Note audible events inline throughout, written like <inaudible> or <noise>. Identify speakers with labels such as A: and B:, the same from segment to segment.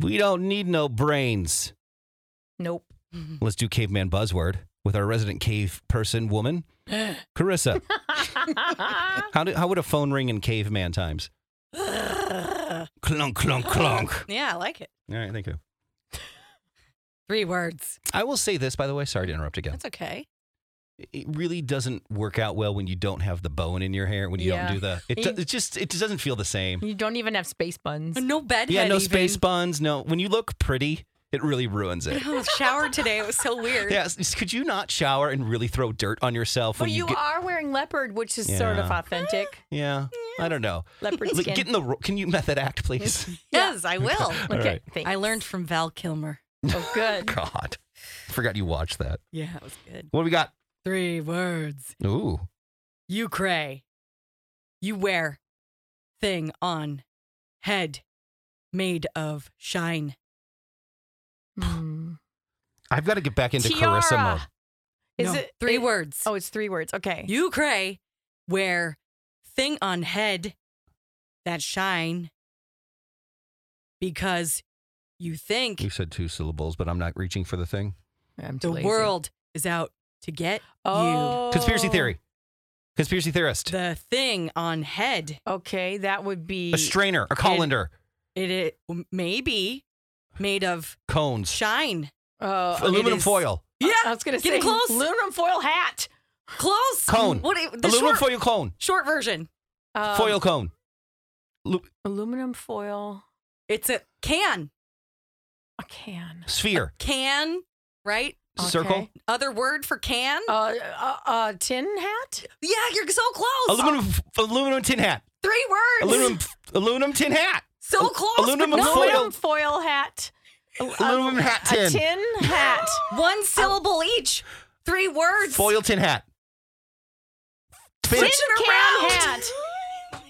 A: We don't need no brains.
B: <laughs>
C: Nope.
A: Let's do caveman buzzword with our resident cave person woman, Carissa. How do, how would a phone ring in caveman times? Clunk, clunk, clunk.
C: yeah, I like it.
A: <gasps> All right, thank you.
C: Three words.
A: I will say this, by the way. Sorry to interrupt again.
C: That's okay.
A: It really doesn't work out well when you don't have the bone in your hair. When you
C: Yeah.
A: don't do the, it, do- it just it doesn't feel the same.
B: You don't even have space buns.
C: Oh, No bedhead.
A: Yeah, no
C: even. <laughs>
A: space buns. No, when you look pretty, it really ruins it.
C: I was showered Oh, today. It was so weird.
A: Yeah, s- could you not shower and really throw dirt on yourself
B: But
A: when
B: you,
A: you, get?
B: are wearing leopard, which is sort of
A: Yeah.
B: authentic.
A: Yeah, I don't know.
B: <laughs> leopard
A: Like,
B: skin.
A: get in the. ro- Can you method act, please? <laughs>
C: Yes, I will.
A: All
B: okay,
A: right.
B: thanks.
C: I learned from Val Kilmer.
B: Oh, <laughs> good.
A: God, forgot you watched that.
C: Yeah, it was good.
A: What do we got?
C: Three words.
A: Ooh,
C: You cray. You wear thing on head made of shine.
B: Hmm.
A: I've got to get back into Carissa
B: Tiara.
A: mode.
B: Is
C: No,
B: it
C: three
B: it-
C: words?
B: Oh, it's three words. Okay.
C: You cray wear thing on head that shine because you think
A: You said two syllables, but I'm not reaching for the thing.
B: I'm too
C: the
B: lazy.
C: world is out to get
B: Oh.
A: Conspiracy theory. Conspiracy theorist.
C: you. The thing on head.
B: Okay, that would be.
A: a strainer, a colander,
C: It, it may be made of
A: cones,
C: shine.
B: uh,
A: f- aluminum
C: is-
A: foil,
B: Yeah, I was gonna
C: Get
B: say
C: it close.
B: aluminum foil hat.
C: Close.
A: Cone.
C: What? it- The
A: aluminum
C: short,
A: foil cone,
C: short version.
B: Um,
A: foil cone. Lu-
B: Aluminum foil.
C: It's a can.
B: A can.
A: sphere,
C: Can. Right.
A: circle,
B: Okay.
C: Other word for can.
B: Uh, uh, uh, tin hat.
C: yeah, you're so close.
A: aluminum, f- aluminum tin hat,
C: Three words.
A: aluminum, f- aluminum tin hat.
C: So
A: Al-
C: close.
A: aluminum
C: but
A: A
B: No,
C: no.
A: foil.
B: aluminum foil hat. Al-
A: Aluminum hat
B: Um, A
A: tin.
B: tin
A: <gasps>
B: hat.
C: One syllable each. Three words.
A: Foil tin hat.
C: Switch
A: Fidget-
C: it
B: can
C: around.
B: hat.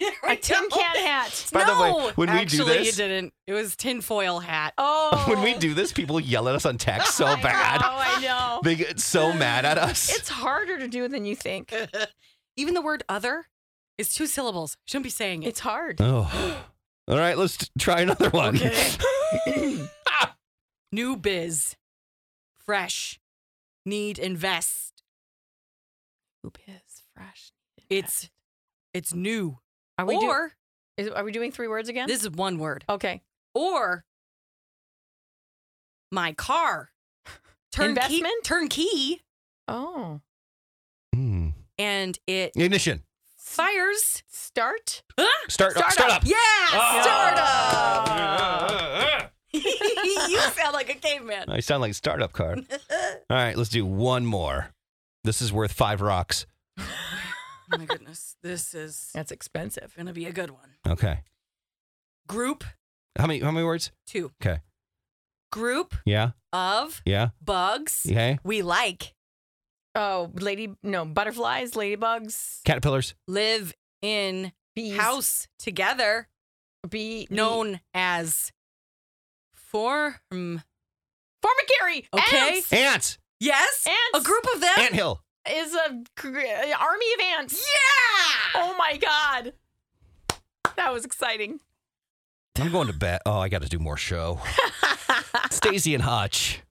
C: There <laughs> we
B: A tin
C: go.
B: can
A: <laughs>
B: hat.
A: By the way,
C: No.
A: when we do
C: Actually,
A: this-
C: you didn't. It was tinfoil hat.
B: Oh.
A: <laughs> When we do this, people yell at us on text so
B: <laughs> I know,
A: bad. <laughs>
B: I know.
A: They get so mad at us.
B: It's harder to do than you think.
C: Even the word other is two syllables. Shouldn't be saying it.
B: It's hard.
A: oh. All right, let's t- try another one.
C: New biz. Fresh. Need invest.
B: Poop is fresh.
C: It's it's new.
B: Are we, do,
C: or
B: is, are we doing three words again?
C: this is one word.
B: okay.
C: Or my car.
B: Investment?
C: Turnkey.
B: Oh.
A: <laughs> Hmm.
C: And it
A: Ignition.
C: fires.
B: Start.
A: Start, up. Start up.
C: Yeah.
A: Ah.
B: Startup.
A: <laughs>
C: Startup. <laughs> you sound like a
A: <laughs>
C: caveman.
A: I sound like a startup
B: <laughs>
A: car. All right, let's do one more. This is worth five rocks.
C: Oh my goodness. This is
B: That's expensive.
C: gonna be a good one.
A: Okay.
C: Group
A: How many? How many words?
C: two.
A: Okay.
C: Group
A: Yeah.
C: of
A: Yeah.
C: bugs
A: Okay.
C: we like
B: Oh, lady, no, butterflies, ladybugs,
A: Caterpillars.
C: live in
B: bees.
C: house together,
B: Bee.
C: known as form.
B: Formicary.
C: Okay.
B: Ants.
A: Ants.
C: Yes,
B: Ants.
C: a group of
B: Ah.
C: them.
A: Ant hill.
B: Is a gr- uh, army of ants.
C: yeah.
B: Oh my God. That was exciting. <laughs>
A: I'm going to bed. Oh, I got to do more show. Stacey and Hutch.